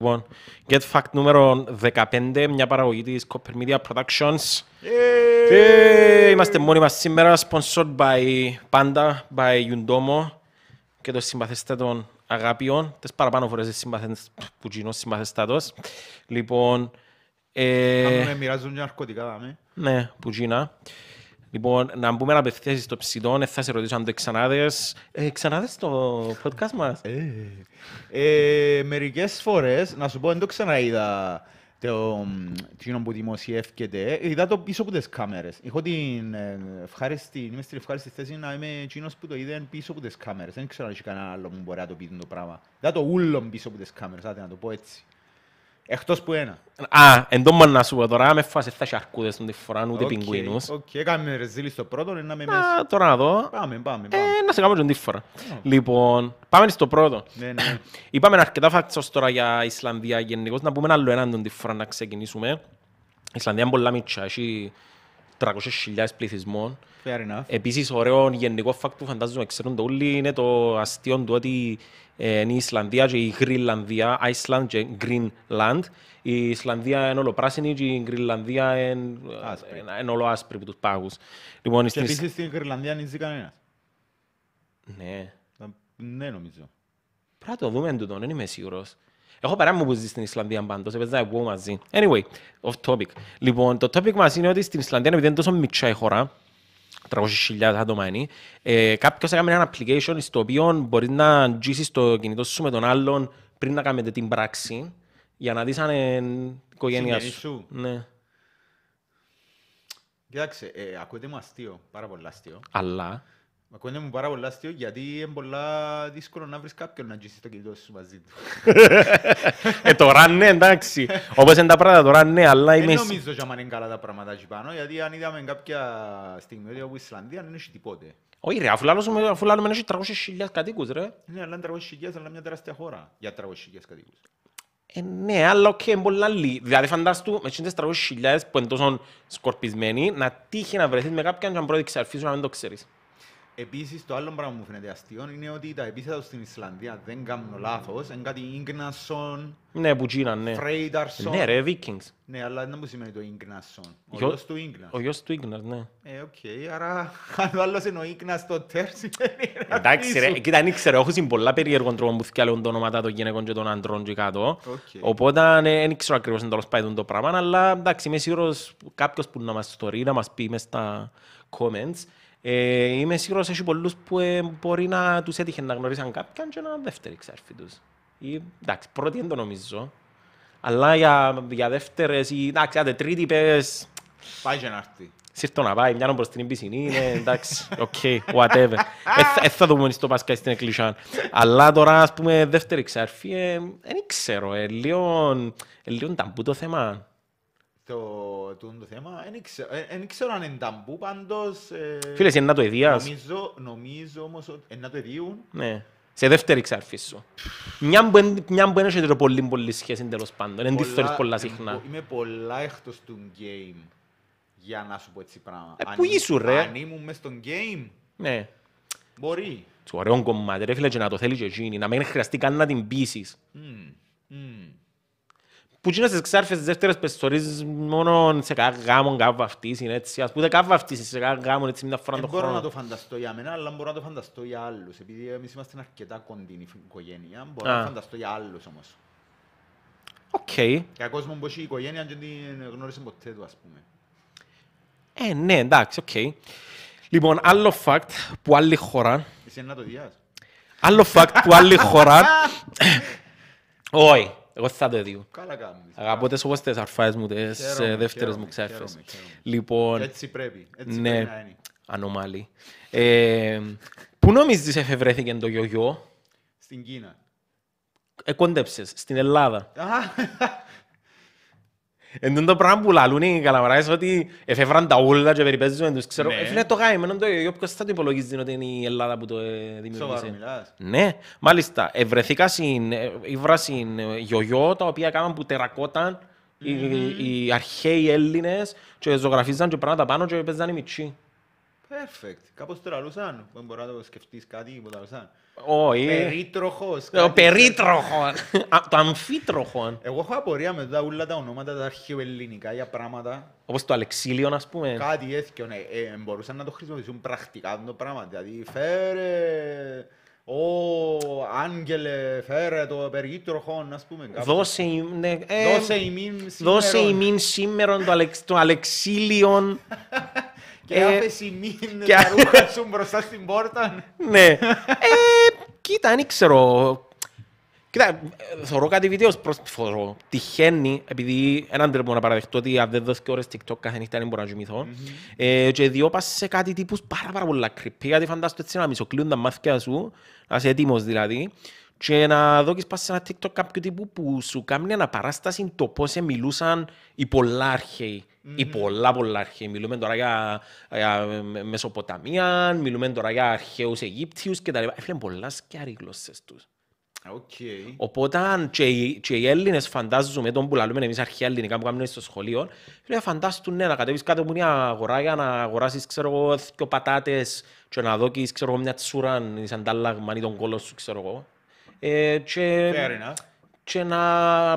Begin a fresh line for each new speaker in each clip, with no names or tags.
Λοιπόν, Get Fact νούμερο 15, μια παραγωγή της Copper Media Productions. Και είμαστε μόνοι μας σήμερα, sponsored by Panda, by Yundomo και το συμπαθεστέ των αγάπιων. Τις παραπάνω φορές συμπαθες- που γίνω συμπαθεστάτος. Λοιπόν, ε,
Κάνουν, μοιράζουν και ναρκωτικά, δάμε.
ναι, που γίνα. Λοιπόν, να μπούμε απευθείας στο ψητό, ε, θα σε ρωτήσω αν το ξανάδες. Ε, ξανάδες το podcast μας.
Ε, μερικές φορές, να σου πω, δεν το ξαναείδα το κοινό που δημοσιεύκεται. Είδα το πίσω από τις κάμερες. Έχω την ε, ευχάριστη, είμαι στην ευχάριστη θέση να είμαι εκείνος που το είδε πίσω από τις κάμερες. Δεν ξέρω αν έχει κανένα άλλο που μπορεί να το πει το πράγμα. Είδα το ούλον πίσω από τις κάμερες, άντε να το πω έτσι. Εκτός που ένα.
Α, εν τω μόνο να σου πω τώρα, με φάσε θα έχει αρκούδες την φορά, ούτε
Οκ,
πιγκουίνους.
Οκ, έκαμε ρεζίλη στο πρώτο, να με μέσα.
Να, τώρα να δω.
Πάμε, πάμε, πάμε.
Ε, να σε κάνω και την φορά. Λοιπόν, πάμε στο πρώτο.
Ναι, ναι.
Είπαμε αρκετά facts ως τώρα για Ισλανδία γενικώς. Να πούμε ένα άλλο έναν την φορά να ξεκινήσουμε. Η Ισλανδία είναι πολλά μητσά, έχει 300.000 πληθυσμών.
Fair enough.
Επίσης, ωραίο γενικό fact που φαντάζομαι ξέρουν το όλοι είναι το αστείο του ότι ε, είναι η Ισλανδία και η Γρυλανδία, Iceland και Greenland. Η Ισλανδία είναι όλο πράσινη και η Γρυλανδία είναι,
Άσπρη.
είναι- είναι όλο άσπρη από τους πάγους. Λοιπόν,
Και
στην Ισ-
επίσης στην Ιρλανδία δεν ζει κανένας.
Ναι.
Ναι, νομίζω.
Πρέπει να το δούμε εντούτον, δεν είμαι σίγουρος. Έχω παρέα μου που ζεις στην Ισλανδία πάντως, έπαιζα εγώ μαζί. Anyway, off topic. Λοιπόν, το topic μας είναι ότι στην Ισλανδία, επειδή είναι τόσο μικρά η χώρα, 300.000 άτομα είναι, ε, κάποιος έκανε ένα application στο οποίο μπορείς να γίσεις το κινητό σου με τον άλλον πριν να κάνετε την πράξη, για να δεις αν είναι η οικογένειά
Συγγενείς
σου.
σου.
Ναι.
Κοιτάξτε, ε, ακούτε μου αστείο, πάρα πολύ αστείο.
Αλλά,
Ακούτε μου πάρα πολύ αστείο γιατί είναι πολλά δύσκολο να βρεις κάποιον να αγγίσεις το κινητό σου μαζί του.
ε, τώρα ναι, εντάξει. Όπως είναι τα πράγματα, τώρα ναι, αλλά
Δεν
είμαι...
νομίζω ότι είναι καλά τα πράγματα εκεί πάνω, γιατί αν είδαμε κάποια στιγμή όπου η Ισλανδία δεν έχει τίποτε.
Όχι ρε, αφού λάλλουμε- αφού λάλλουμε έχει 300.000 κατοίκους ρε.
Ναι, αλλά είναι 300.000, αλλά μια τεράστια χώρα για 300.000 κατοίκους.
Ε, ναι, αλλά οκ, είναι πολλά λίγη. Δηλαδή, φαντάστου με τις 300.000 που είναι τόσο σκορπισμένοι, να τύχει να βρεθείς με κάποιον και αν πρώτη ξαρφίσου να μην το ξέρεις.
Επίσης, το άλλο πράγμα που μου φαίνεται αστείο είναι ότι τα επίθετα στην Ισλανδία αν δεν κάνουν λάθος, είναι κάτι Ίγνασον,
Ναι, που γίναν, ναι.
Φρέινταρσον.
Ναι, ρε, Vikings.
Ναι, αλλά δεν μου σημαίνει το Ίγνασον. Ο
Γιο-
γιος του Ίγνας.
Ο γιος του Ίγνας, ναι.
Ε, οκ, άρα αν ο άλλος εννοεί Ίγνας το τέρσι δεν είναι
Εντάξει ρε,
αφήσου.
κοίτα, δεν ξέρω, έχω πολλά περίεργων τρόπων που θυκιάλεγουν τα ονόματα των γυναικών και των αντρών και κάτω.
Οκ.
Οπότε ναι, δεν ξέρω ακριβώς αν τέλος πάει τούτο το πράγμα, αλλά εντάξει, είμαι σίγουρος κάποιος που να μας στορεί, να μας πει μες στα comments. Ε, είμαι σίγουρος έχει πολλούς που ε, μπορεί να τους έτυχε να γνωρίσαν κάποιον και ένα δεύτερη ξάρφη τους. Ή, εντάξει, πρώτη δεν το νομίζω. Αλλά για, για δεύτερες ή εντάξει, άντε τρίτη πες,
Πάει και να έρθει.
Σύρτο να πάει, μοιάνω προς την πισινή, είναι Ναι, εντάξει, οκ, whatever. Ε, θα- ε, θα δούμε στο Πάσκα στην εκκλησιά. Αλλά τώρα, ας πούμε, δεύτερη ξάρφη, ε, δεν ξέρω, ε, λίγο, ε, λίγο ταμπού το θέμα.
Το, το, το θέμα, δεν ξέρω- ε, δεν ξέρω αν είναι ταμπού, πάντως... ε,
Φίλες, είναι να το ειδίας.
Νομίζω, νομίζω όμως ότι ε, να το εδίουν.
Ναι. Σε δεύτερη ξάρφη σου. Μια που εν- μια που ένωσε πολύ πολύ σχέση τέλος πάντων, δεν τη θεωρείς πολλά συχνά.
Είμαι πολλά εκτός του game για να σου πω έτσι πράγμα.
Ε,
Αν
πού
ήμ-
ήσουν, ρε?
Αν ήμουν μες στον game,
Ναι.
μπορεί.
Του ωραίο κομμάτι, ρε φίλε, και να το θέλεις και εκείνη, να μην χρειαστεί καν να την πείσεις.
Μμμ, μμμ.
που γίνονται στις ξάρφες τις δεύτερες πεστορίζεις μόνο σε κάποιο γάμο, κάποιο βαφτίσι, είναι έτσι. Ας πούμε κάποιο βαφτίσι σε κάποιο γάμο, έτσι μια φορά
Δεν
το
Ε, μπορώ να το
χρόνο.
φανταστώ για μένα, αλλά μπορώ να το φανταστώ για άλλους. Επειδή εμείς είμαστε αρκετά κοντινή φι- οικογένεια, μπορώ
Α.
να φανταστώ για άλλους όμως.
Οκ.
Για κόσμο που έχει οικογένεια και την γνώρισε ποτέ του, ας πούμε.
Ε, ναι, εντάξει, οκ. Λοιπόν, άλλο fact που άλλη χώρα...
Εσύ να το διάς.
Άλλο fact που άλλη χώρα... Όχι, εγώ θα το δει.
Καλά κάνεις.
Αγαπώ τις όπως τις αρφάες μου, τις
Χαίρομαι,
ε, δεύτερες μου
χαίρομαι,
ξάρφες.
χαίρομαι, χαίρομαι.
Λοιπόν...
Έτσι πρέπει. Έτσι
Ναι.
πρέπει να είναι.
Ανομάλι. Ε, πού νομίζεις εφευρέθηκε το γιογιό,
Στην Κίνα.
ε, κόντεψες, στην Ελλάδα.
Α,
Ναι, Εν τούτο πράγμα που λαλούν οι καλαμαράες ότι εφεύραν τα όλα και περιπέζουν τους ξέρω.
Ναι.
Ε, φίλε, το γάμι, το ίδιο, ποιος θα το υπολογίζει ότι είναι η Ελλάδα που το ε,
Σοβαρό
δημιούργησε.
μιλάς.
Ναι, μάλιστα. Ευρεθήκα στην ε, ύβρα στην, ε, γιογιό, τα οποία έκαναν που τερακόταν οι, οι αρχαίοι Έλληνες και ζωγραφίζαν και πράγματα πάνω και παίζαν οι μητσοί.
Perfect. Κάπως το λαλούσαν. Δεν μπορώ να το σκεφτείς κάτι που λαλούσαν.
Όχι.
Περίτροχος.
Ε. Ο
κάτι.
περίτροχος. Α, Το αμφίτροχο.
Εγώ έχω απορία με τα ούλα τα ονόματα τα αρχαιοελληνικά για πράγματα.
Όπως το Αλεξίλιο, ας πούμε.
Κάτι έτσι, ναι. Ε, ε, μπορούσαν να το χρησιμοποιήσουν πρακτικά αυτό το πράγμα. Δηλαδή, φέρε... Ω, άγγελε, φέρε το περίτροχο, ας πούμε. κάπως.
Δώσε η- ναι, ε,
Δώσε ημίν σήμερον.
δώσε ημίν σήμερα το Αλεξ- το Αλεξίλιον.
Και
ε,
άφες ημίν
και-
τα ρούχα σου μπροστά στην πόρτα.
Ναι. Ε, κοίτα, δεν ξέρω. Κοίτα, ε, θωρώ κάτι βίντεο προσφορώ. Τυχαίνει, επειδή έναν τρόπο να παραδεχτώ ότι αν δεν δώσω και ώρες TikTok κάθε νύχτα δεν μπορώ να κοιμηθώ. Ε, και διόπασε σε κάτι τύπους πάρα πάρα πολλά κρυπή, γιατί φαντάζομαι έτσι να μισοκλείουν τα μάθηκια σου, να είσαι έτοιμος δηλαδή, και να δω και πας σε ένα TikTok κάποιου τύπου που σου κάνει αναπαράσταση το πώς ε, μιλούσαν οι πολλά αρχαίοι. Οι πολλά πολλά αρχαίοι. Μιλούμε τώρα για, για ε, Μεσοποταμία, μιλούμε τώρα για αρχαίους Αιγύπτιους κτλ. Έφυγαν Ε, πολλά σκιάρι γλώσσες τους.
Οκ.
Οπότε αν και, οι- και οι Έλληνες φαντάζομαι, τον που λαλούμε εμείς αρχαία ελληνικά που κάνουμε στο σχολείο, λέει φαντάστου ναι, να κατέβεις κάτω από μια αγορά για να αγοράσεις, ξέρω εγώ, δυο πατάτες και να δώκεις, ξέρω εγώ, μια τσούρα σαν τάλλαγμα ή τον κόλο σου, ξέρω εγώ. Ε, και,
Fair enough.
και να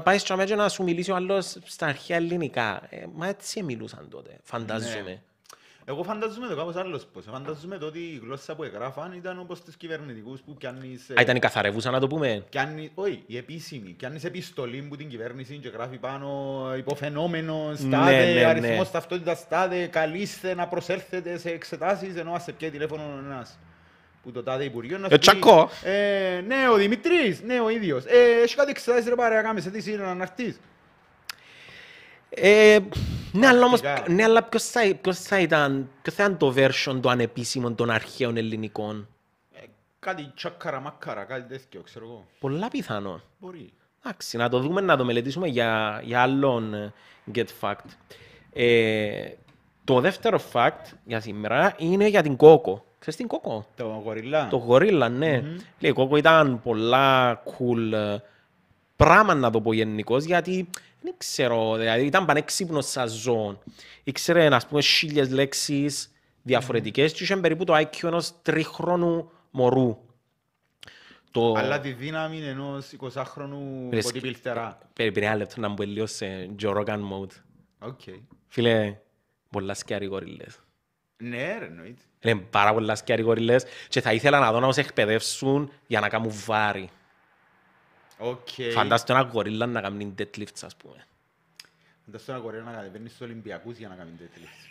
πάεις και αμέσως να σου μιλήσει ο άλλος στα αρχαία ελληνικά. Ε, μα έτσι μιλούσαν τότε, φαντάζομαι.
Ναι. Εγώ φαντάζομαι το κάπως άλλος πώς. Φαντάζομαι το ότι η γλώσσα που εγγράφαν ήταν όπως τους κυβερνητικούς που πιάνεις... ε,
Α, ήταν οι καθαρεύουσαν να το πούμε.
Πιάνει, όχι, η επίσημη. Πιάνεις επιστολή που την κυβέρνηση και γράφει πάνω υποφαινόμενο στάδε,
Ναι, ναι, ναι.
αριθμός ταυτότητας στάδε, καλείστε να προσέλθετε σε εξετάσεις, ενώ ας σε πιέει τηλέφωνο ένας που το τάδε Υπουργείο να
Ε, τσακώ.
Ε, ναι, ο Δημητρής, ναι, ο ίδιος. Ε, έχει κάτι εξετάσεις ρε πάρε, να κάνεις, σε τι σύνορα να έρθεις.
Ε, ναι, αλλά όμως,
Πρακτικά.
ναι, αλλά ποιος θα, ποιος θα ήταν, ποιος θα ήταν το version το ανεπίσημο των αρχαίων ελληνικών.
Ε, κάτι τσακαρα μακαρα, κάτι τέτοιο, ξέρω εγώ.
Πολλά πιθανό.
Μπορεί.
Εντάξει, να το δούμε, να το μελετήσουμε για, για άλλον ε, get fact. Ε, το δεύτερο fact για σήμερα είναι για την Κόκο. Ξέρεις την Κόκο,
Το γοριλά.
το γορίλα, ναι. Λέει, η Κόκο ήταν πολλά cool ε, πράγμα να το πω γενικώς, γιατί δεν ξέρω, δηλαδή ήταν πανέξυπνος σαν ζώο. Ήξερε, ας πούμε, χίλιες λέξεις διαφορετικές και είχε περίπου το IQ ενός τριχρόνου μωρού. Το...
Αλλά τη δύναμη ενός 20χρονου
Ρε,
ποτυπιλτερά.
Περίπου ένα λεπτό να μπω λίγο σε Joe Rogan mode.
Οκ.
Φίλε, πολλά σκιάρι γορίλες.
Ναι, ρε, εννοείται.
Είναι πάρα πολλά σκιάρι γορίλες και θα ήθελα να δω να τους εκπαιδεύσουν για να κάνουν βάρη.
Οκ.
Φαντάζομαι ένα γορίλα να κάνει deadlifts, ας πούμε.
Φαντάζομαι ένα κορέα να κατεβαίνει στους Ολυμπιακούς για να κάνει deadlift.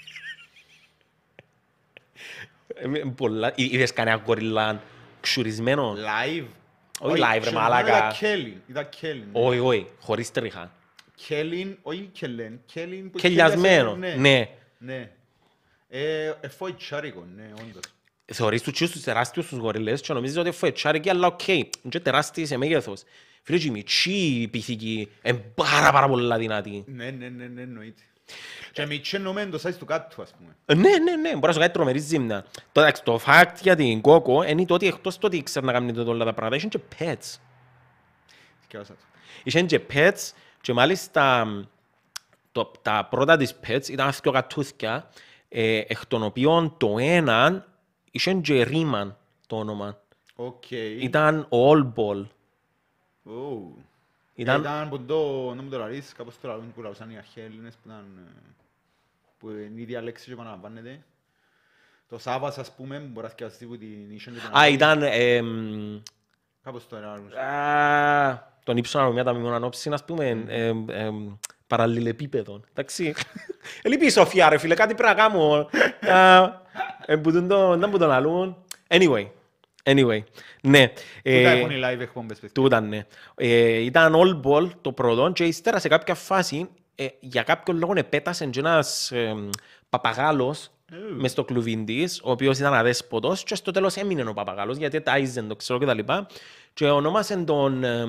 Ε, πολλά- Εί- Είδες κανένα γορίλα ξουρισμένο.
Live.
Όχι live, Oh. ρε,
ξέρω,
μαλάκα.
Ήταν Κέλλιν. Ήταν Κέλλιν.
Όχι, όχι, χωρίς τρίχα.
Κέλλιν, όχι Κέλλεν. Κέλλιν που
Κελιασμένο,
χέλιασε,
ναι.
Ναι. Ε, εφόη τσάρικο, ναι, όντως.
Θεωρείς τους τσίους τους τεράστιους τους γορίλες και νομίζεις ότι φοε τσάρικοι, αλλά οκ, είναι και τεράστιοι σε μέγεθος. Φίλε, και οι μητσοί πυθικοί, είναι πάρα πάρα πολλά δυνατοί.
Ναι, ναι, ναι, ναι, εννοείται. Και μητσέ νομέν το size του κάτω, ας πούμε.
Ε, Ναι, ναι, ναι, μπορεί να σου κάνει τρομερή ζήμνα. Το, εντάξει, το fact για την κόκο είναι το ότι εκτός το ότι ξέρει να κάνει τότε όλα τα πράγματα, είχε και pets.
Σκεφάσα το.
Είχε και pets και μάλιστα το, τα πρώτα της pets ήταν δύο κατούθκια, ε, εκ των οποίων το ένα είχε και Ρίμαν το όνομα.
Οκ.
Ήταν ο All Ball.
Ου.
Ήταν-
ε, Ήταν που το, να μου το λαρείς, κάπως το λαρούν που λαρούσαν οι αρχαίοι Έλληνες που ήταν, ε, που είναι η ίδια λέξη και επαναλαμβάνεται. Το Σάββας, ας πούμε, που μπορείς να θυκιαστεί που την ίσον και την
Α,
άλλη.
ήταν... ε, μ,
Κάπως το λαρούν.
α, τον ύψονα με μια τα μνημονά νόψη, ας πούμε, ε, ε, ε, παραλληλεπίπεδων. Εντάξει. Ελείπει η Σοφία, ρε φίλε, κάτι πρέπει να κάνω. Α, ε, που τον το- Να μου τον αλλούν. Anyway. Anyway. Ναι.
Τούτα
ε,
έχουν οι live εκπομπές, παιδιά.
Τούτα, ναι. Ε, ήταν all ball το πρώτο και ύστερα σε κάποια φάση ε, για κάποιον λόγο επέτασε και ένας ε, παπαγάλος μες στο κλουβί της, ο οποίος ήταν αδέσποτος και στο τέλος έμεινε ο παπαγάλος γιατί τάιζε το ξέρω και τα λοιπά και ονόμασε τον ε,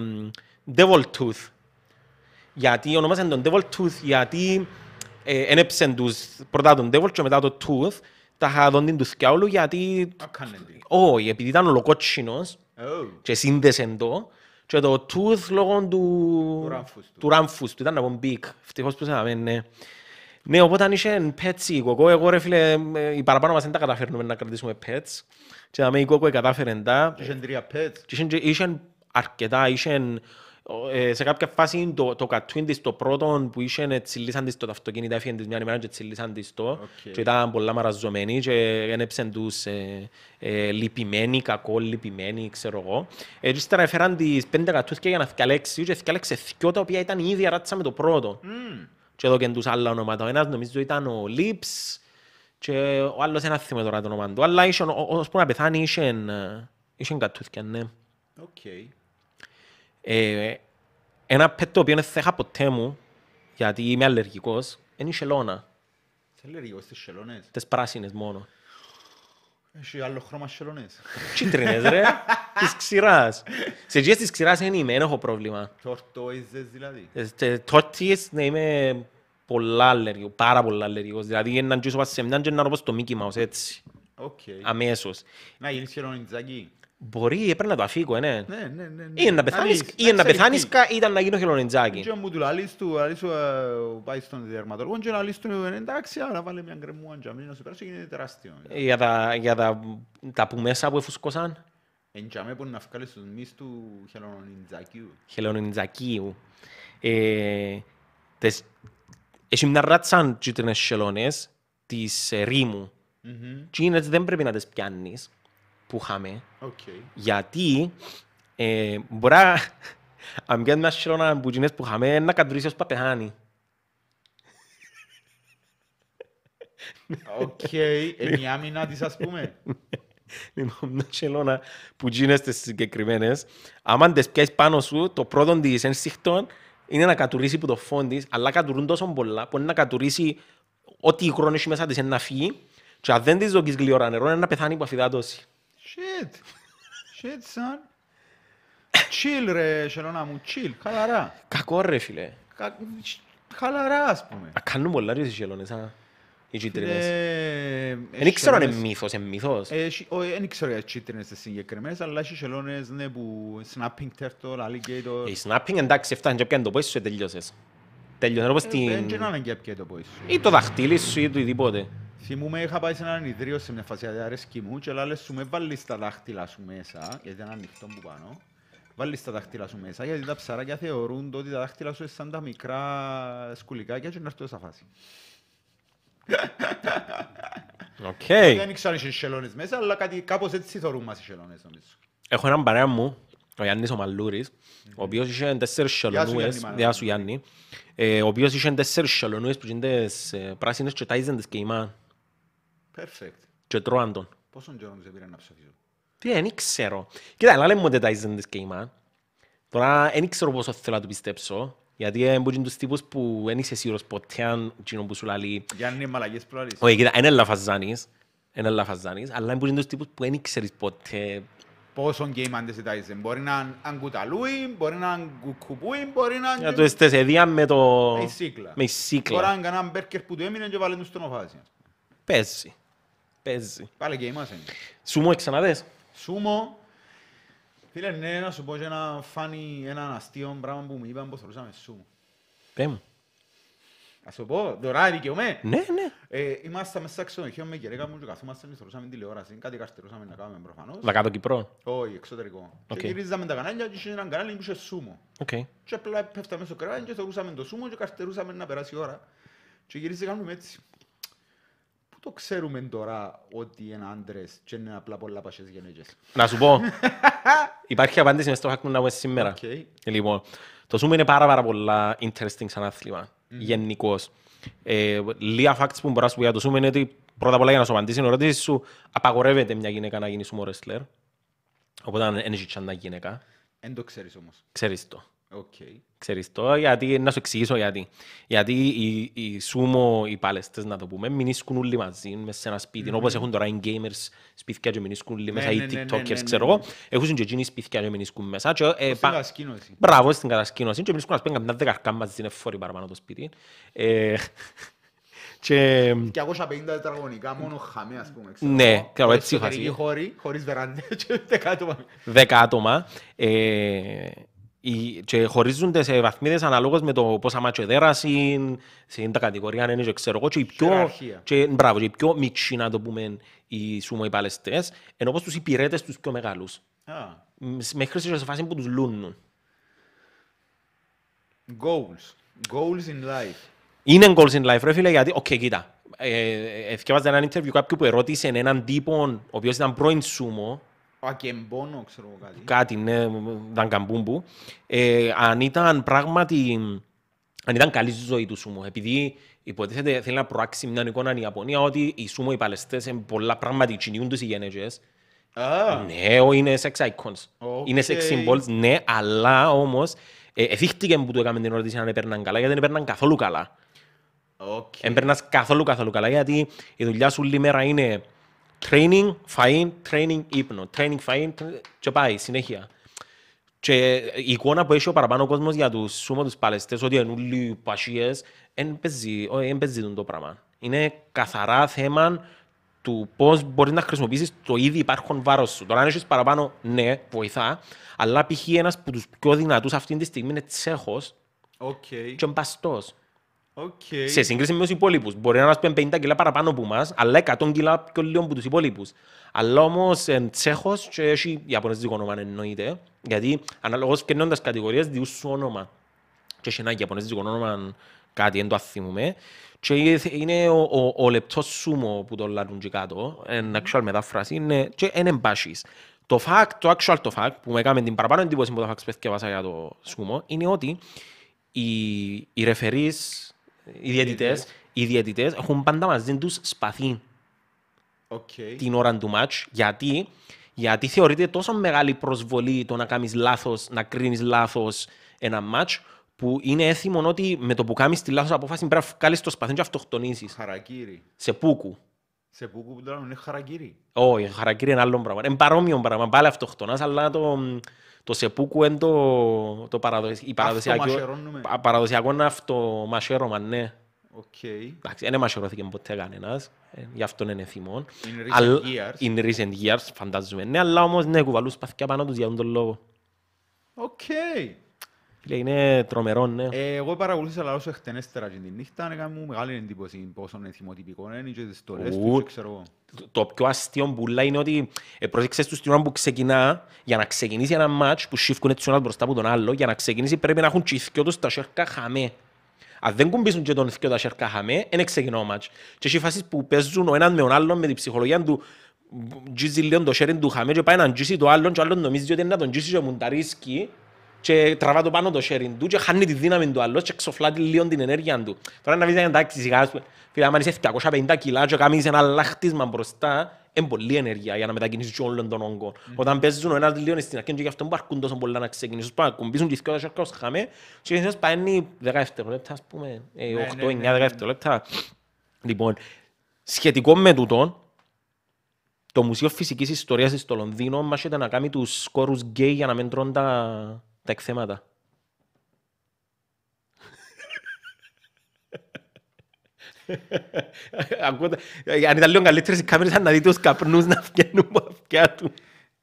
Devil Tooth. Γιατί ονόμασαν τον Devil Tooth γιατί ε, ένεψαν τους πρώτα τον Devil και μετά το Tooth τα χαδόντιν του θκιάουλου γιατί
Α, κάνουν τι.
όχι, επειδή ήταν ολοκότσινος
Ου.
και σύνδεσεν το και το tooth λόγω του,
ράμφους του.
του ράμφους του. Ήταν από big. Ευτυχώς που σαν ναι. Ναι, οπότε αν είσαι pets ή κοκό, εγώ ρε φίλε, ε, οι παραπάνω μας δεν τα καταφέρνουμε να κρατήσουμε pets. Και να με η κοκό κατάφερε τα.
Είχε τρία pets.
Και είχε- είχε αρκετά, είχε ε, σε κάποια φάση το, το κατουίν της, το πρώτο που είχε ε, τσιλίσαν της το τα αυτοκίνητα, έφυγε της μια ημέρα και τσιλίσαν της το
Οκ.
και ήταν πολλά μαραζωμένοι και ένεψαν τους ε, ε, λυπημένοι, κακό λυπημένοι, ξέρω εγώ. Ε, και ύστερα έφεραν τις πέντε κατούθηκια για να θυκαλέξει και θυκαλέξε δυο τα οποία ήταν η ίδια ράτσα με το πρώτο.
Μμμ.
Και εδώ και τους άλλα ονόματα. Ο ένας νομίζω ήταν ο Λίπς και ο άλλος ένα θυμάμαι τώρα το όνομα του. Αλλά είχε, ο- ο- ώσπου να πεθάνει είχε, ε, είχε κατούθηκια, ναι.
Οκ.
Ε, ένα πέτο το οποίο δεν θα είχα ποτέ μου, γιατί είμαι αλλεργικός, είναι η σελώνα.
Θέλει λίγο στις σελονές.
Τις πράσινες μόνο.
Έχει άλλο χρώμα σελονές.
Κίτρινες ρε, της ξηράς. Σε εκείνες της ξηράς δεν είμαι, δεν έχω πρόβλημα.
Τορτόιζες δηλαδή.
Ε, τε- Τότιες ναι, είμαι πολλά αλλεργικό, πάρα πολλά αλλεργικός. Δηλαδή να τζούσω σε μιαν και να ρωτώ στο Mickey Mouse έτσι,
Οκ.
αμέσως.
Να γίνεις χελονιτζάκι.
Μπορεί, έπρεπε να το αφήγω, ναι.
Ναι, ναι, ναι. ναι.
Ή να πεθάνεις,
δεις,
ή να
ξέρεις
πεθάνεις,
τι.
κα- ή ήταν να γίνω χελονιτζάκι.
Και μου του λαλείς του, λαλείς του, ε, πάει στον διαρματολόγο και λαλείς του, «Ε, εντάξει, αλλά βάλε μια γκρεμούα και να σε περάσει, γίνεται τεράστιο.
Για τα, για τα, τα που μέσα που εφουσκώσαν.
Εν τζαμέ που να βγάλεις τους μυς του χελονιτζακιού.
χελωνιτζακίου. Ε, τες, έχει μια ράτσαν τσίτρινες χελώνες της ε, ρήμου.
Μμμ.
Τσίνες δεν πρέπει να τις πιάνεις που είχαμε,
Οκ.
γιατί ε, μπορεί να- αν πιάνεις μια χελώνα που τσίνες που είχαμε να κατουρίσει ως παπεθάνει.
Οκ. Είναι η άμυνα της ας πούμε.
Λοιπόν, μια χελώνα που τσίνες τις συγκεκριμένες, άμα τις πιάσεις πάνω σου, το πρώτο της ένσυχτον είναι να κατουρίσει που το φόν της, αλλά κατουρούν τόσο πολλά που είναι να κατουρίσει ό,τι υγρό έχει μέσα της είναι να φύγει και αν δεν της δοκείς γλυόρα νερό είναι να πεθάνει που αφυδάτωση.
Shit. Shit, son. Chill ρε, σελώνα μου, chill. Χαλαρά.
Κακό ρε φίλε.
Κα- Χαλαρά ας πούμε.
Α, Κάνουν πολλά ρε οι χελώνες, α. Οι
ε,
κίτρινες. Δεν
Δεν
ξέρω αν είναι μύθος, είναι μύθος.
ε, Δεν ξέρω για τις κίτρινες τις συγκεκριμένες, αλλά έχει σελώνες ναι, που snapping turtle, alligator.
Η snapping εντάξει, έφτανε και πιάνε το πόησο και τελειώσες. Τελειώσες όπως
Δεν ε, και
την...
να Ε, είναι και πια το πόης σου.
Ή το δαχτύλι σου ή οτιδήποτε.
Θυμούμαι είχα πάει σε έναν ιδρύο σε μια φασιά αρέσκει μου και λάλε σου με βάλεις τα δάχτυλα σου μέσα, γιατί είναι ανοιχτό που πάνω. Βάλεις τα δάχτυλα σου μέσα, γιατί τα ψαράκια θεωρούν το ότι τα δάχτυλα σου είναι σαν τα μικρά σκουλικάκια και να έρθουν σε φάση.
Οκ.
Δεν ήξερα αν είσαι σελώνες μέσα, αλλά κάτι, κάπως έτσι θεωρούν μας οι σελώνες νομίζω.
Έχω έναν παρέα μου, ο Γιάννης ο Μαλλούρης, ο οποίος είχε τέσσερις
Γεια σου,
σαλονούες,
Γιάννη,
γεια σου Γιάννη, ε, ο οποίος είχε τέσσερις σαλονούες που γίνονται πράσινες και τάιζαν τις κεϊμά
Perfect.
και τρώαν τον.
Πόσον καιρό μου σε πήρε να ψοφίζω.
Τι δεν ξέρω. Κοίτα, αλλά λέμε ότι τάιζαν τις κεϊμά. Τώρα δεν ξέρω πόσο θέλω να του πιστέψω, γιατί ε, μπορεί τους τύπους που δεν είσαι σίγουρος ποτέ αν εκείνο που σου λαλεί
Γιάννη, μαλαγιές που λαλείς.
«Όχι, κοίτα, είναι λαφαζάνης, είναι λαφαζάνης», αλλά μπορεί τους τύπους που δεν ξέρεις ποτέ
Πόσον και είμαι αντεσιτάιζε. Μπορεί να είναι αγκουταλούι, μπορεί να είναι κουκουπούι, μπορεί να
να
είναι...
τους τες εδία με το...
Με η σύκλα.
Με η σύκλα.
Τώρα αν κανέναν μπέρκερ που του έμεινε και βάλε τους στον οφάσιο.
Παίζει. Παίζει.
Πάλι και είμαστε.
Σου μου ξαναδες.
Σούμο. Φίλε, ναι, να σου πω και ένα φάνη, ένα αστείο πράγμα που μου είπαν πως θεωρούσαμε σούμο.
Πέ μου.
Ας σου πω, δωρά, δικαιωμέ.
Ναι, ναι.
Ε, είμαστε μέσα στα ξενοδοχείο με γερέκα μου και καθόμαστε και θεωρούσαμε τηλεόραση. Κάτι καρτερούσαμε να κάνουμε προφανώς.
Λακάτο Κυπρό.
Όχι, εξωτερικό.
Οκ.
Και γυρίζαμε τα κανάλια και είχε έναν κανάλι που είχε σούμο.
Οκ.
Και απλά πέφταμε στο κρεβάτι και θεωρούσαμε το σούμο και καρτερούσαμε να περάσει η ώρα. Και γυρίζει κάνουμε έτσι. Πού το ξέρουμε τώρα ότι είναι άντρες και είναι απλά πολλά πασές γενέκες.
Να σου πω. Υπάρχει απάντηση μες στο hack μου να βγεις σήμερα.
Οκ.
Λοιπόν, το Zoom είναι πάρα πάρα πολλά interesting σαν άθλημα. Γενικώς. Ε, λίγα facts που μπορώ να σου πω για το Zoom είναι ότι πρώτα απ' όλα για να σου απαντήσει την ερώτηση σου απαγορεύεται μια γυναίκα να γίνει sumo wrestler. Οπότε αν δεν έχει τσάντα γυναίκα,
Εν το ξέρεις όμως.
ξέρεις το.
Οκ.
Ε, Ξέρεις το, γιατί, να σου εξηγήσω γιατί. Γιατί οι, οι σούμο, οι παλαιστές να το πούμε, μηνίσκουν όλοι μαζί μέσα σε ένα σπίτι. Όπως έχουν τώρα οι gamers σπίτια και μηνίσκουν όλοι μέσα,
ναι,
οι
ναι, ναι,
tiktokers
ναι, ναι.
ξέρω εγώ. Έχουν και εκείνοι σπίτια και μηνίσκουν μέσα. Και, ε,
Πώς
πα-
είναι η ασκήνωση.
Μπράβο στην κατασκήνωση και μηνίσκουν ας πούμε καμιά δεκαρκά μαζί, είναι φόροι παραπάνω το σπίτι. Ε, και...
250 τετραγωνικά μόνο χαμέ ας πούμε.
Ναι,
εγώ.
ξέρω,
Χωρίς
έτσι είχα
εσωτερική
ζει.
χώρη, χωρίς βεράντα και ούτε κάτω.
δέκα άτομα. Ε, Οι- και χωρίζονται σε βαθμίδες αναλόγως με το πόσα μάτσο εδέρασαν, σε τα κατηγορία αν είναι και ξέρω εγώ, και οι πιο,
Χιεραρχία.
και, μπράβο, και οι πιο μικροί, να το πούμε, οι σούμο οι παλαιστές, ενώ πως τους υπηρέτες τους πιο μεγάλους.
Α,
Μ, σ- Μέχρι σε φάση που τους λούνουν.
goals. Goals in life.
Είναι goals in life, ρε φίλε, γιατί, οκ, κοίτα. Ε, Εθιάβαζα ένα interview κάποιου που ερώτησε έναν τύπο, ο οποίος ήταν πρώην σούμο,
Α, και εμπόνο, ξέρω εγώ κάτι.
κάτι, ναι, δαγκαμπούμπου, ε, αν ήταν πράγματι, αν ήταν καλή στη ζωή του Σούμο. Επειδή υποτίθεται θέλει να προάξει μια εικόνα η Ιαπωνία ότι οι Σούμο, οι Παλαιστές, είναι πολλά πράγματα, κινιούν τους οι γένετζες.
Α,
Ναι, ό, είναι sex icons.
Οκ.
Είναι sex symbols, ναι, αλλά όμως, ε, εθίχτηκε που του έκαμε την ερώτηση αν έπαιρναν καλά, γιατί δεν έπαιρναν καθόλου καλά.
οκ.
Δεν περνάς καθόλου καθόλου καλά γιατί η δουλειά σου όλη μέρα είναι training, φαΐν, training, ύπνο. Training, φαΐν τρα- και πάει συνέχεια. Και η εικόνα που έχει ο παραπάνω κόσμος για τους σούμα τους παλαιστές ότι είναι όλοι πασίες, δεν παίζει όχι, εν παίζει τούτο το πράγμα. Είναι καθαρά θέμα του πώς μπορείς να χρησιμοποιήσεις το ήδη υπάρχον βάρος σου. Τώρα, αν έχεις παραπάνω, ναι, βοηθά. Αλλά π.χ. ένας από τους πιο δυνατούς αυτή τη στιγμή είναι Τσέχος
Οκ.
και μπαστό.
Οκ.
Σε σύγκριση με τους υπόλοιπους. Μπορεί να είναι ας πούμε, 50 κιλά παραπάνω από εμάς, αλλά 100 κιλά πιο λίγο από τους υπόλοιπους. Αλλά όμως Τσέχος και έχει Ιαπωνέζικο όνομα εννοείται. Γιατί αναλόγως καινώντα κατηγορίες, διούς σου όνομα. Και έχει ένα Ιαπωνέζικο όνομα κάτι, δεν το θυμούμε. Και είναι ο, ο, ο λεπτός σούμο που το λαλούν και κάτω. Εν actual μετάφραση είναι και εν εμπάσχεις. Το fact, το actual το fact που με έκαμε την παραπάνω εντύπωση που το fact πέθηκε βάσα για το σούμο είναι ότι οι, οι ρεφερείς, οι διαιτητές, οι διαιτητές έχουν πάντα μαζί τους σπαθί
Οκ.
την ώρα του match. Γιατί, γιατί θεωρείται τόσο μεγάλη προσβολή το να κάνεις λάθος, να κρίνεις λάθος ένα match, που είναι έθιμο ότι με το που κάνεις τη λάθος απόφαση πρέπει να βγάλεις το σπαθί και αυτοκτονήσεις.
Χαρακύρι.
Σε πούκου.
Σε που που τώρα είναι χαρακύρι.
Όχι, χαρακτήρι είναι άλλο πράγμα. Είναι παρόμοιο πράγμα. Πάλι αυτοκτονάς, αλλά το, το σεπούκου είναι το, το παραδοσιακό. Η παραδοσιακό,
Αυτομασερώνουμε.
πα- παραδοσιακό είναι αυτομασέρωμα, ναι.
Οκ.
Εντάξει, δεν μασαιρώθηκε ποτέ κανένας, ε, γι' αυτό είναι θυμό.
In recent
Αλλά-
years.
In recent years, φαντάζομαι. Ναι, αλλά όμως ναι, κουβαλούν σπαθιά πάνω τους για τον λόγο.
Οκ.
Φίλε, είναι τρομερό, ναι.
Ε, Εγώ παρακολούθησα λαό σου χτενέστερα και την νύχτα, έκανε μου μεγάλη εντύπωση πόσο είναι θυμοτυπικό είναι και τις τολές τους
Ου.
και ξέρω εγώ.
Το- Το πιο αστείο μπουλά είναι ότι ε, πρόσεξες τους την ώρα που ξεκινά, για να ξεκινήσει ένα μάτς που σύφκουν έτσι ο ένας μπροστά από τον άλλο, για να ξεκινήσει πρέπει να έχουν και οι θκυο τους τα σέρκα χαμέ. Αν δεν κουμπίσουν και τον θκυο τα σέρκα χαμέ, δεν ξεκινά ο μάτς. Και έχει φάσεις που παίζουν ο ένας με τον άλλον με την ψυχολογία του «Τζίζει λίγο το χέρι του χαμέ και πάει να τζίσει το άλλον και ο άλλον νομίζει ότι είναι να τον τζίσει και μουνταρίσκει και τραβά το πάνω το sharing του και χάνει τη δύναμη του άλλος και ξοφλάτη λίγο την ενέργεια του. Τώρα να βρεις έναν εντάξει σιγά, ας πούμε, φίλε, άμα είσαι 250 κιλά και κάνεις ένα λάχτισμα μπροστά, είναι πολλή ενέργεια για να μετακινήσεις και όλων των όγκων. Όταν παίζουν ο ένας λίγο στην αρχή και γι' αυτό που αρκούν τόσο πολλά να ξεκινήσουν, πάνε να κουμπίσουν και οι δυο τα σέρκα ως χαμέ και συνήθως πάνε 10 δευτερόλεπτα, ας πούμε, ε,
Ναι,
8-9
ναι, ναι, ναι.
δευτερόλεπτα. Λοιπόν, σχετικό με τούτον, το Μουσείο Φυσικής Ιστορίας στο Λονδίνο μας ήταν να κάνει τους σκόρους γκέι για να μην τρώνε τα, τα εκθέματα. Ακούτε, ε, αν ήταν λίγο καλύτερες οι κάμερες ήταν να δείτε τους καπνούς να βγαίνουν από αυτιά του.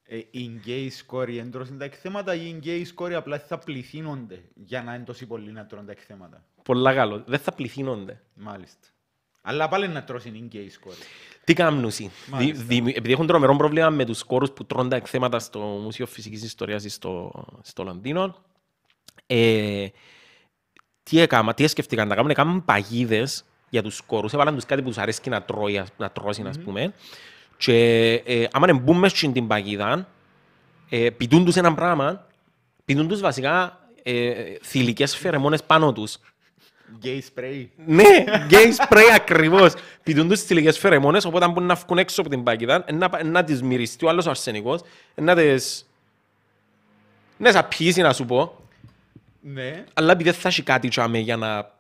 Ε, Οι γκέι σκόροι έντρωσαν τα εκθέματα ή οι γκέι σκόροι απλά θα πληθύνονται για να είναι τόσοι πολλοί να τρώνε τα εκθέματα.
Πολλά καλό. Δεν θα πληθύνονται.
Μάλιστα. Αλλά πάλι να τρώσουν οι γκέι σκόροι.
Τι κάνουν οι.
Μάλιστα.
Επειδή έχουν τρομερό πρόβλημα με τους κόρους που τρώνε τα εκθέματα στο Μουσείο Φυσικής Ιστορίας στο, στο Λονδίνο, ε, τι, έκαμα, τι σκεφτήκαν να κάνουν, έκαναν παγίδες για τους κόρους, έβαλαν τους κάτι που τους αρέσκει να, τρώει, ας- να τρώσει, ας πούμε, και ε, άμα δεν μπουν μέσα στην παγίδα, ε, πηδούν τους ένα πράγμα, πηδούν τους βασικά ε, θηλυκές φερεμόνες πάνω τους.
Γκέι σπρέι.
Ναι, γκέι spray ακριβώς. Πηδούν τους τις θηλυκές φερεμόνες, οπότε αν μπορούν να βγουν έξω από την παγίδα, να, πα- να τις μυριστεί ο άλλος ο αρσενικός, να τις... Ναι, θα πιήσει να σου πω,
Ναι.
αλλά επειδή δεν θα έχει κάτι τσάμε για να,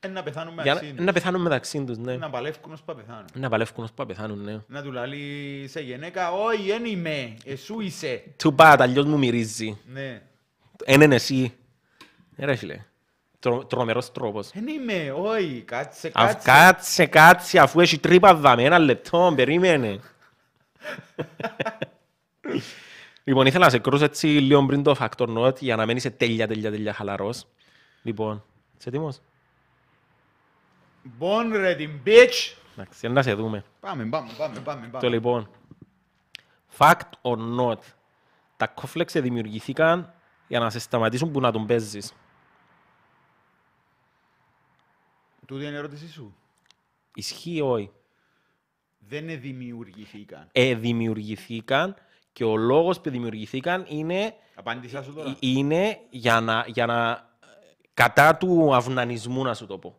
Ε, Να πεθάνουν
για
μεταξύ
να,
τους.
να πεθάνουν μεταξύ τους, ναι.
Να παλεύκουν ως που πεθάνουν.
Να παλεύκουν ώσπου να πεθάνουν, ναι.
Να του λαλεί σε γυναίκα, όχι, δεν είμαι, εσού είσαι.
Too bad, αλλιώς μου μυρίζει.
Ναι.
Εν είναι εσύ. Ε, Ρε φίλε, τρο, τρομερός τρόπος.
Δεν είμαι, όχι, κάτσε,
Αφ-
κάτσε.
Κάτσε, κάτσε, αφού έχει τρύπα δάμε, ένα λεπτό, περίμενε. Λοιπόν, ήθελα να σε κρούσω έτσι λίγο πριν το factor note για να μένεις σε τέλεια, τέλεια, τέλεια χαλαρός. Λοιπόν, είσαι έτοιμος.
Bon ρε την bitch.
Εντάξει, να σε δούμε.
Πάμε, πάμε, πάμε, πάμε.
Το
πάμε.
λοιπόν. Fact or not. Τα κόφλεξ δημιουργηθήκαν για να σε σταματήσουν που να τον παίζεις.
Τούτη είναι η ερώτησή σου.
Ισχύει ή όχι.
Δεν δημιουργηθήκαν.
Ε, δημιουργηθήκαν και ο λόγος που δημιουργηθήκαν είναι,
Απάντησα σου τώρα.
είναι για, να, για να κατά του αυνανισμού να σου το πω.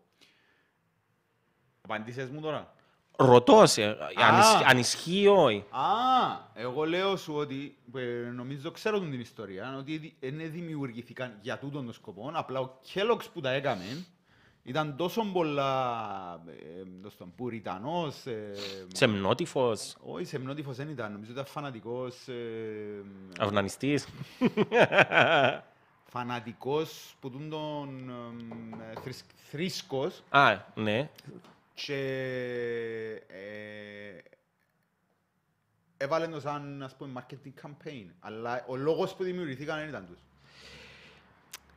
Απάντησες μου τώρα.
Ρωτώ σε, αν, ισχύει- αν ισχύει ή όχι.
Α, εγώ λέω σου ότι ε, νομίζω ξέρω την ιστορία, ότι δι- δεν δημιουργηθήκαν για τούτον τον σκοπό, απλά ο Κέλοξ που τα έκαμε ήταν τόσο πολλά ε, δώσ' τον, πουριτανός, ε,
Σεμνότυφος,
όχι σεμνότυφος δεν ήταν, νομίζω ήταν φανατικός, ε,
αυνανιστής.
φανατικός που τούν τον ε, θρησκ- θρησκός
Α, ναι.
και ε, έβαλε το σαν ας πούμε marketing campaign, αλλά ο λόγος που δημιουργηθήκαν δεν ήταν τους.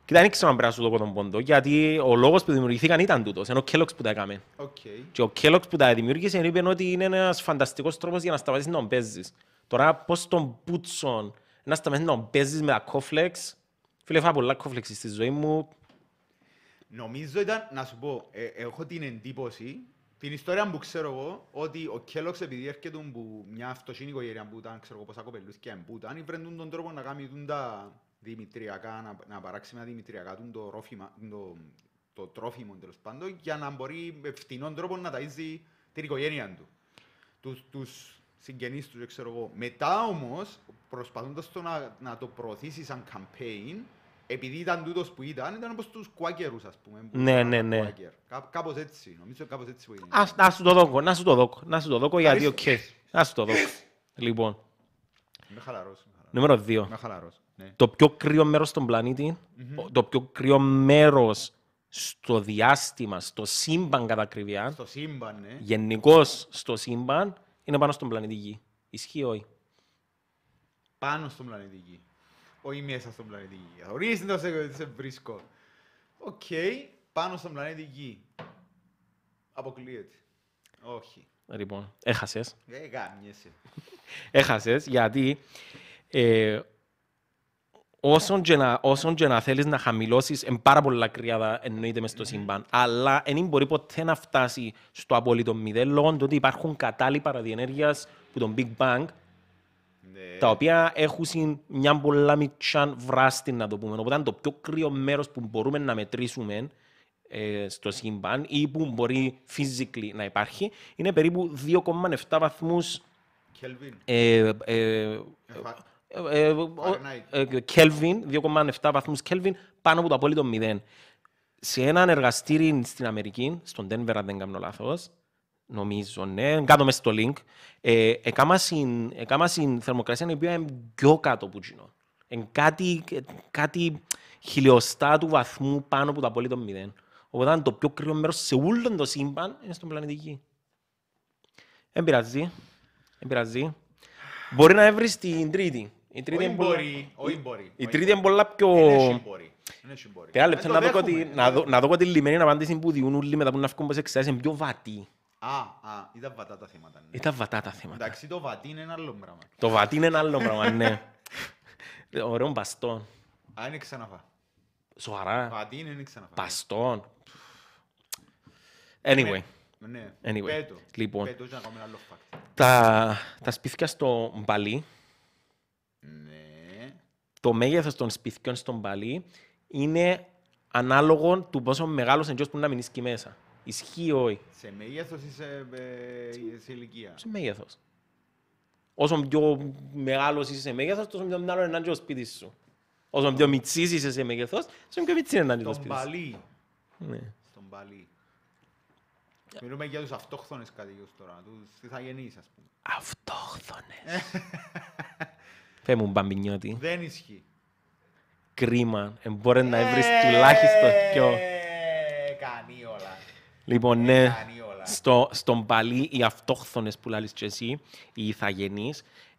Κοίτα, δεν ήξερα αν πρέπει να σου το πω τον πόντο, γιατί ο λόγος που δημιουργηθήκαν ήταν τούτος, ενώ ο Kellogg's που τα έκαμε.
Οκ.
Και ο Kellogg's που τα δημιούργησε είπε ότι είναι ένας φανταστικός τρόπος για να σταματήσεις να τον παίζεις. Τώρα, πώς τον πούτσον να σταματήσεις να τον παίζεις με τα κόφλεξ. Φίλε, φάω πολλά κόφλεξ στη ζωή μου.
Νομίζω ήταν, να σου πω, ε, έχω την εντύπωση, την ιστορία που ξέρω εγώ, ότι ο Κέλοξ επειδή έρχεται από μια αυτοσύνη οικογένεια που ήταν, ξέρω εγώ πόσα κοπελούθηκια που ήταν, ήβρεν τον τρόπο να κάνει τούν τα δημητριακά, να, να παράξει με τα δημητριακά τούν το, ρόφημα, τούν το, το τρόφιμο τέλος πάντων, για να μπορεί με φτηνόν τρόπο να ταΐζει την οικογένεια του. Τους, τους συγγενείς τους, ξέρω εγώ. Μετά όμως, προσπαθώντας το να, να το προωθήσει σαν campaign, επειδή ήταν τούτος που ήταν, ήταν όπως τους κουάκερους, ας πούμε. που
Ναι,
ήταν
ναι, ναι.
κουάκερ. Κά, κάπως έτσι, νομίζω κάπως έτσι που έγινε.
Ας- Να σου το δώκω, να σου το δώκω, να σου το δώκω, γιατί οκ.
Ευχαριστώ.
Να σου το δώκω. Λοιπόν,
Είμαι χαλαρός. είμαι χαλαρός.
νούμερο 2.
Είμαι χαλαρός, ναι.
το πιο κρύο μέρος στον πλανήτη, το πιο κρύο μέρος στο διάστημα, στο σύμπαν κατά ακριβία,
Στο σύμπαν, ναι.
γενικώς στο σύμπαν, είναι πάνω στον πλανήτη Γη. Ισχύει ή όχι.
Πάνω στον πλανήτη Γη. Όχι μέσα στον πλανήτη Γη. Ορίστε να σε, σε βρίσκω. Οκ, πάνω στον πλανήτη Γη. Αποκλείεται. Όχι.
Λοιπόν, έχασες.
Δεν γάμιεσαι.
Έχασες γιατί ε, όσον, και να, όσον και να θέλεις να χαμηλώσεις, είναι πάρα πολλά κρυάδα εννοείται μες στο σύμπαν, αλλά δεν μπορεί ποτέ να φτάσει στο απόλυτο μηδέν λόγω του ότι υπάρχουν κατάλληλα παραδιενέργειας που τον Big Bang
Ναι.
τα οποία έχουν μια πολλά μικρή βράστη, να το πούμε. Οπότε είναι το πιο κρύο μέρος που μπορούμε να μετρήσουμε ε, στο σύμπαν ή που μπορεί physically να υπάρχει, είναι περίπου 2,7 βαθμούς
Κέλβιν.
ε, ε,
Εφα-
ε, ε, ο-
Fahrenheit.
ε, Kelvin, 2,7 βαθμούς Kelvin, πάνω από το απόλυτο 0. Σε έναν εργαστήρι στην Αμερική, στον Denver αν δεν κάνω λάθος, νομίζω, ναι, κάτω μες στο link, ε, έκαμα συν- έκαμα συν θερμοκρασία η οποία είναι πιο κάτω που κοινό. Είναι κάτι, κάτι χιλιοστά του βαθμού πάνω από το απόλυτο 0. Οπότε το πιο κρύο μέρος σε όλο το σύμπαν είναι στον πλανήτη Γη. Δεν πειράζει. Δεν πειράζει. Μπορεί να έβρεις την τρίτη. Η τρίτη
Όχι
είναι πολλά-
μπορεί, όχι μπορεί.
η
όχι
τρίτη
μπορεί.
είναι πολλά πιο...
Είναι Ε, ναι, εσύ μπορεί. Είναι εσύ μπορεί.
Πέρα
Ε,
λεπτό
το
να δω ότι-
δέχομαι,
να
το
δω- να δω ότι λιμένη να απάντηση που διούν όλοι μετά που να βγουν πως εξετάσεις είναι πιο βατή.
δέχομαι. Α, α, ήταν βατά τα θέματα. ναι.
Ήταν βατά τα θέματα.
Εντάξει, το βατή είναι ένα άλλο πράγμα.
Το βατή είναι ένα άλλο πράγμα, ναι. Ωραίο μπαστόν.
Α, είναι ξαναφά.
Σοβαρά.
Βατή είναι, είναι ξαναφά.
Μπαστόν. Anyway.
Ναι.
Anyway.
Πέτω.
Λοιπόν.
Πέτω και να κάνουμε ένα άλλο fact.
Τα, τα σπίτια στο Μπαλί,
Ναι.
το μέγεθος των σπιτιών στο Μπαλί είναι ανάλογο του πόσο μεγάλος εντός που να μείνεις εκεί μέσα. Ισχύει ή όχι.
Σε μέγεθος ή σε, ε, σε ηλικία.
σε μέγεθος. Όσο πιο μεγάλος είσαι σε μέγεθος, τόσο πιο μεγάλο είναι το σπίτι σου. Όσο πιο μυτσή είσαι σε μέγεθος, τόσο πιο μυτσί είναι το
Στον
σπίτι σου.
Παλί.
Ναι.
Στον Παλί. Μιλούμε για τους αυτόχθονες κατοίκους τώρα, τους ηθαγενείς ας πούμε.
Αυτόχθονες. Φε μου μπαμπινιώτη.
Δεν ισχύει.
Κρίμα. Εμπόρε να βρεις τουλάχιστον πιο.
Ε, Κάνει όλα.
Λοιπόν, ναι.
κάνει όλα.
Στο, στον Παλί, οι αυτόχθονες που λάλεις και εσύ, οι ηθαγενείς,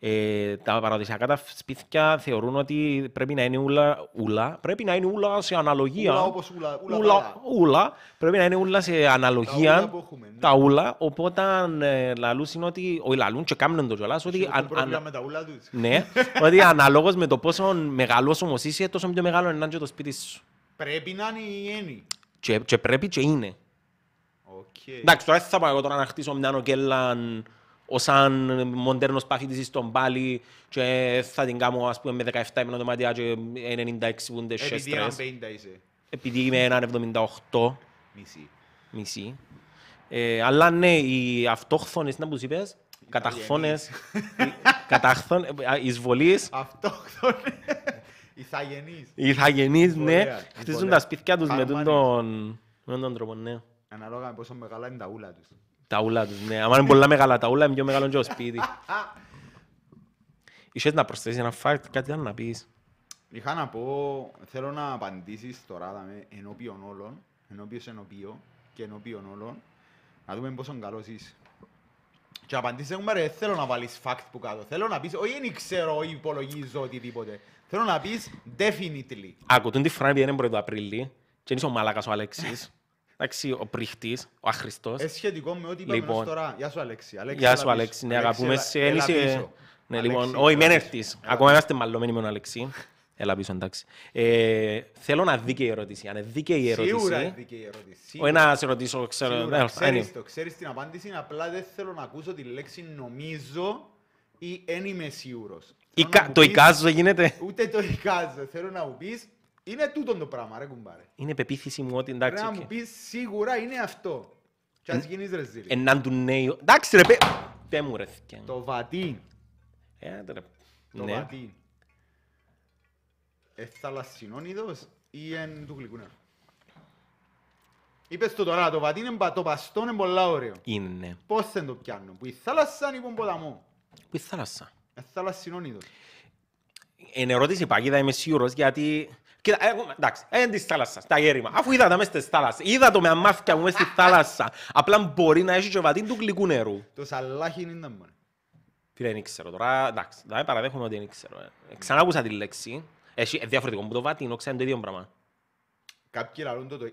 Ε, τα παραδοσιακά τα σπίτια θεωρούν ότι πρέπει να είναι ούλα, ούλα πρέπει να είναι ούλα σε αναλογία.
Ούλα όπως ούλα, ούλα
ούλα,
παρά.
ούλα, πρέπει να είναι ούλα σε αναλογία.
Τα ούλα που έχουμε, ναι.
τα ούλα, οπότε ε, λαλούς είναι ότι, όχι λαλούν και κάμνουν το κιόλας, ότι
Σίγουρα
δηλαδή, αν-
πρέπει να
αν-
με τα ούλα τους.
ναι, ότι αναλόγως με το πόσο μεγάλος όμως είσαι, τόσο πιο μεγάλο είναι και το σπίτι σου.
Πρέπει να είναι η έννοια.
Και, και πρέπει και είναι.
Οκ.
Εντάξει, τώρα δεν θα πάω εγώ τώρα να χτίσω μια νοκέλλαν ως αν μοντέρνος παθήτης στον πάλι και θα την κάνω ας πούμε με 17 έμεινα δωμάτια και 96 πούντες
Επειδή έναν
σέστρες.
50 είσαι.
Επειδή είμαι έναν 78
Μισή.
μισή. Ε, αλλά ναι, οι αυτόχθονες, να που σου είπες, καταχθόνες, οι- καταχθόν, ε, ε, εισβολείς,
Αυτόχθονες. Ιθαγενείς.
οι ηθαγενείς, ναι,
Ωραία,
χτίζουν
ωραία.
τα σπίτια τους με
Χαρμάνι.
τούτον τον, με τον τρόπο, ναι.
Ανάλογα με πόσο μεγάλα είναι τα ούλα τους.
Τα ούλα τους, ναι. Άμα είναι πολλά μεγάλα τα ούλα, είναι πιο μεγάλο και το σπίτι. Είχες να προσθέσεις ένα φάρτ, κάτι άλλο να πεις.
Είχα να πω, θέλω να απαντήσεις τώρα δαμε, ενώπιον όλων, ενώπιος ενώπιο και ενώπιον όλων, να δούμε πόσο καλός είσαι. Και απαντήσε μου, ρε, δεν θέλω να βάλεις fact που κάτω. Θέλω να πεις, όχι δεν ξέρω ή υπολογίζω οτιδήποτε. Θέλω να πεις definitely.
Ακουτούν τη φράνη επειδή είναι πρώτο Απρίλη και είναι ο Μάλακας ο Αλέξης. Εντάξει, ο πρίχτης, ο άχρηστος.
Ε, σχετικό με ό,τι είπαμε
Λοιπόν.
ως τώρα. Γεια σου Αλέξη. Αλέξη
Γεια
έλα
σου
πίσω.
Αλέξη, ναι αγαπούμε
έλα-
σε
έλα
ένιση.
πίσω.
Ναι,
Αλέξη,
λοιπόν,
έλα
όχι, μην
πίσω.
έρθεις. Ακόμα είμαστε μαλωμένοι με τον Αλέξη. Έλα πίσω, εντάξει. Ε, Θέλω να δίκαιη ερώτηση. Αν είναι δίκαιη η
Σίγουρα
ερώτηση,
είναι δίκαιη η ερώτηση.
όχι να σε ρωτήσω, ξέρω,
Σίγουρα,
ναι,
Ξέρεις
any-
το, ξέρεις την απάντηση, απλά δεν θέλω να ακούσω τη λέξη νομίζω ή εν είμαι σίγουρος.
Ή
Θέλω
κα-
να μου
Το
πεις-
εικάζω γίνεται.
Ούτε το εικάζω, θέλω να μου πεις, είναι τούτο το πράγμα ρε κουμπάρε.
Είναι πεποίθηση μου ότι
Πρέπει
εντάξει.
να
οκ.
μου πεις σίγουρα είναι αυτό. Κι ας γίνεις ρε ζήλι.
Ενάν του νέου. Εντάξει ρε, πέ... Πέ μου ρε, θκιά.
Το βατή,
Ε, ρε.
το
Ναι.
βατή. Ε, θαλασσινόνιδος ή εν του γλυκούνα. Είπες το τώρα, το βατή είναι πα- το παστό είναι πολλά ωραίο.
Είναι, ναι.
Πώς δεν το πιάνουν, που η θάλασσα είναι υπό ποταμό.
Που η θάλασσα.
Ε, θαλασσινόνιδος.
Εν ερώτηση παγίδα είμαι σίγουρος γιατί... Κοίτα, ε, εγώ, εντάξει, είναι της θάλασσας, τα γέρημα. Αφού είδα τα μέσα στη θάλασσα, είδα το με αμάθηκια μου μέσα στη θάλασσα. Απλά μπορεί να έχει και βατή του γλυκού νερού.
Το σαλάχι είναι τα μόνα.
Τι δεν ξέρω τώρα, εντάξει, δεν παραδέχομαι ότι δεν ξέρω. Ε. Ξανά άκουσα τη λέξη. Έχει ε, διαφορετικό που το βατίνο, ξέρει το ίδιο πράγμα.
Κάποιοι λαλούν το το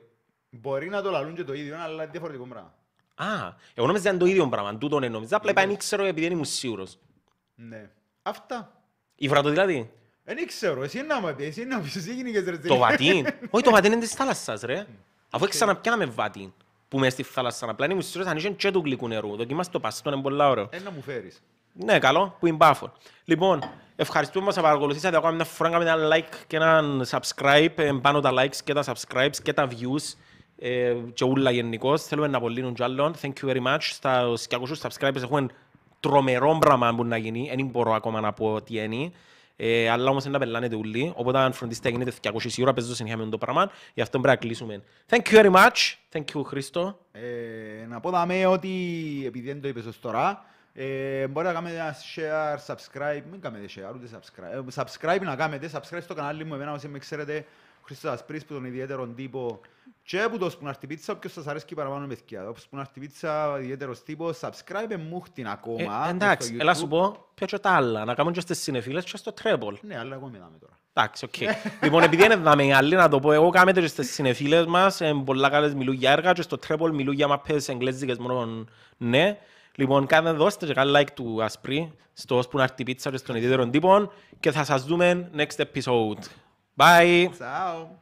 Μπορεί να το λαλούν και το ίδιο, αλλά είναι διαφορετικό πράγμα.
Α, εγώ νόμιζα ήταν το ίδιο πράγμα, τούτον ενόμιζα. Απλά είπα, δεν ξέρω επειδή δεν ήμουν σίγουρος.
Ναι. Αυτά.
Ήβρα το δηλαδή.
Δεν ξέρω, εσύ να μου πεις, εσύ να μου πεις, εσύ γίνηκες ρε
Το
ζήλι.
βατίν. Όχι, το βατίν είναι της θάλασσας, ρε. Αφού ξαναπιάμε βατίν που μες στη θάλασσα. Απλά είναι μισθούς αν είχε και του γλυκού νερού. Δοκιμάστε το παστό, είναι πολύ ωραίο.
Ε, να μου φέρεις.
Ναι, καλό, που είναι πάφο. Λοιπόν, ευχαριστούμε που μας παρακολουθήσατε ακόμα μια φορά. Κάμε ένα like και ένα subscribe. Ε, Πάνω τα likes και τα subscribes και τα views. Ε, και ούλα γενικώς. Θέλουμε να απολύνουν κι άλλων. Thank you very much. Στα 200 subscribers έχουμε τρομερό πράγμα που να γίνει. Δεν μπορώ ακόμα να πω τι είναι. Ε, αλλά όμως δεν τα πελάνετε ούλοι. Οπότε αν φροντίστε να γίνετε 200 σίγουρα, παίζω συνέχεια με το πράγμα. Γι' αυτό πρέπει να κλείσουμε. Thank you very much. Thank you, Χρήστο.
Ε, να πω δαμέ ότι, επειδή δεν το είπες ως τώρα, ε, μπορεί να κάνετε ένα share, subscribe, μην κάνετε share, ούτε subscribe. Ε, subscribe να κάνετε, subscribe στο κανάλι μου, εμένα όσοι με ξέρετε, Χρήστος Ασπρίς που τον ιδιαίτερον τύπο και που το Σπουνάρτη Πίτσα, όποιος σας αρέσει παραπάνω με ευκαιρία. Το Σπουνάρτη Πίτσα, ιδιαίτερος τύπος, subscribe μου χτυν
Ε,
ακόμα.
εντάξει,
στο
έλα
YouTube.
σου πω, πιο και τα άλλα, να κάνουμε και στις συνεφίλες και στο τρέμπολ.
Ναι, αλλά εγώ μιλάμε τώρα.
Εντάξει, οκ. λοιπόν, επειδή είναι δάμε άλλοι, να το πω εγώ, κάμε το και στις συνεφίλες μας, ε, πολλά καλές μιλούν για έργα και στο τρέμπολ μιλούν για μαπές εγγλέζικες μόνο ναι. Λοιπόν, κάντε δώστε και κάντε like του Ασπρί, στο ώσπου να έρθει η πίτσα και στον ιδιαίτερο τύπο και θα σας δούμε next episode. Bye!
Τσάου.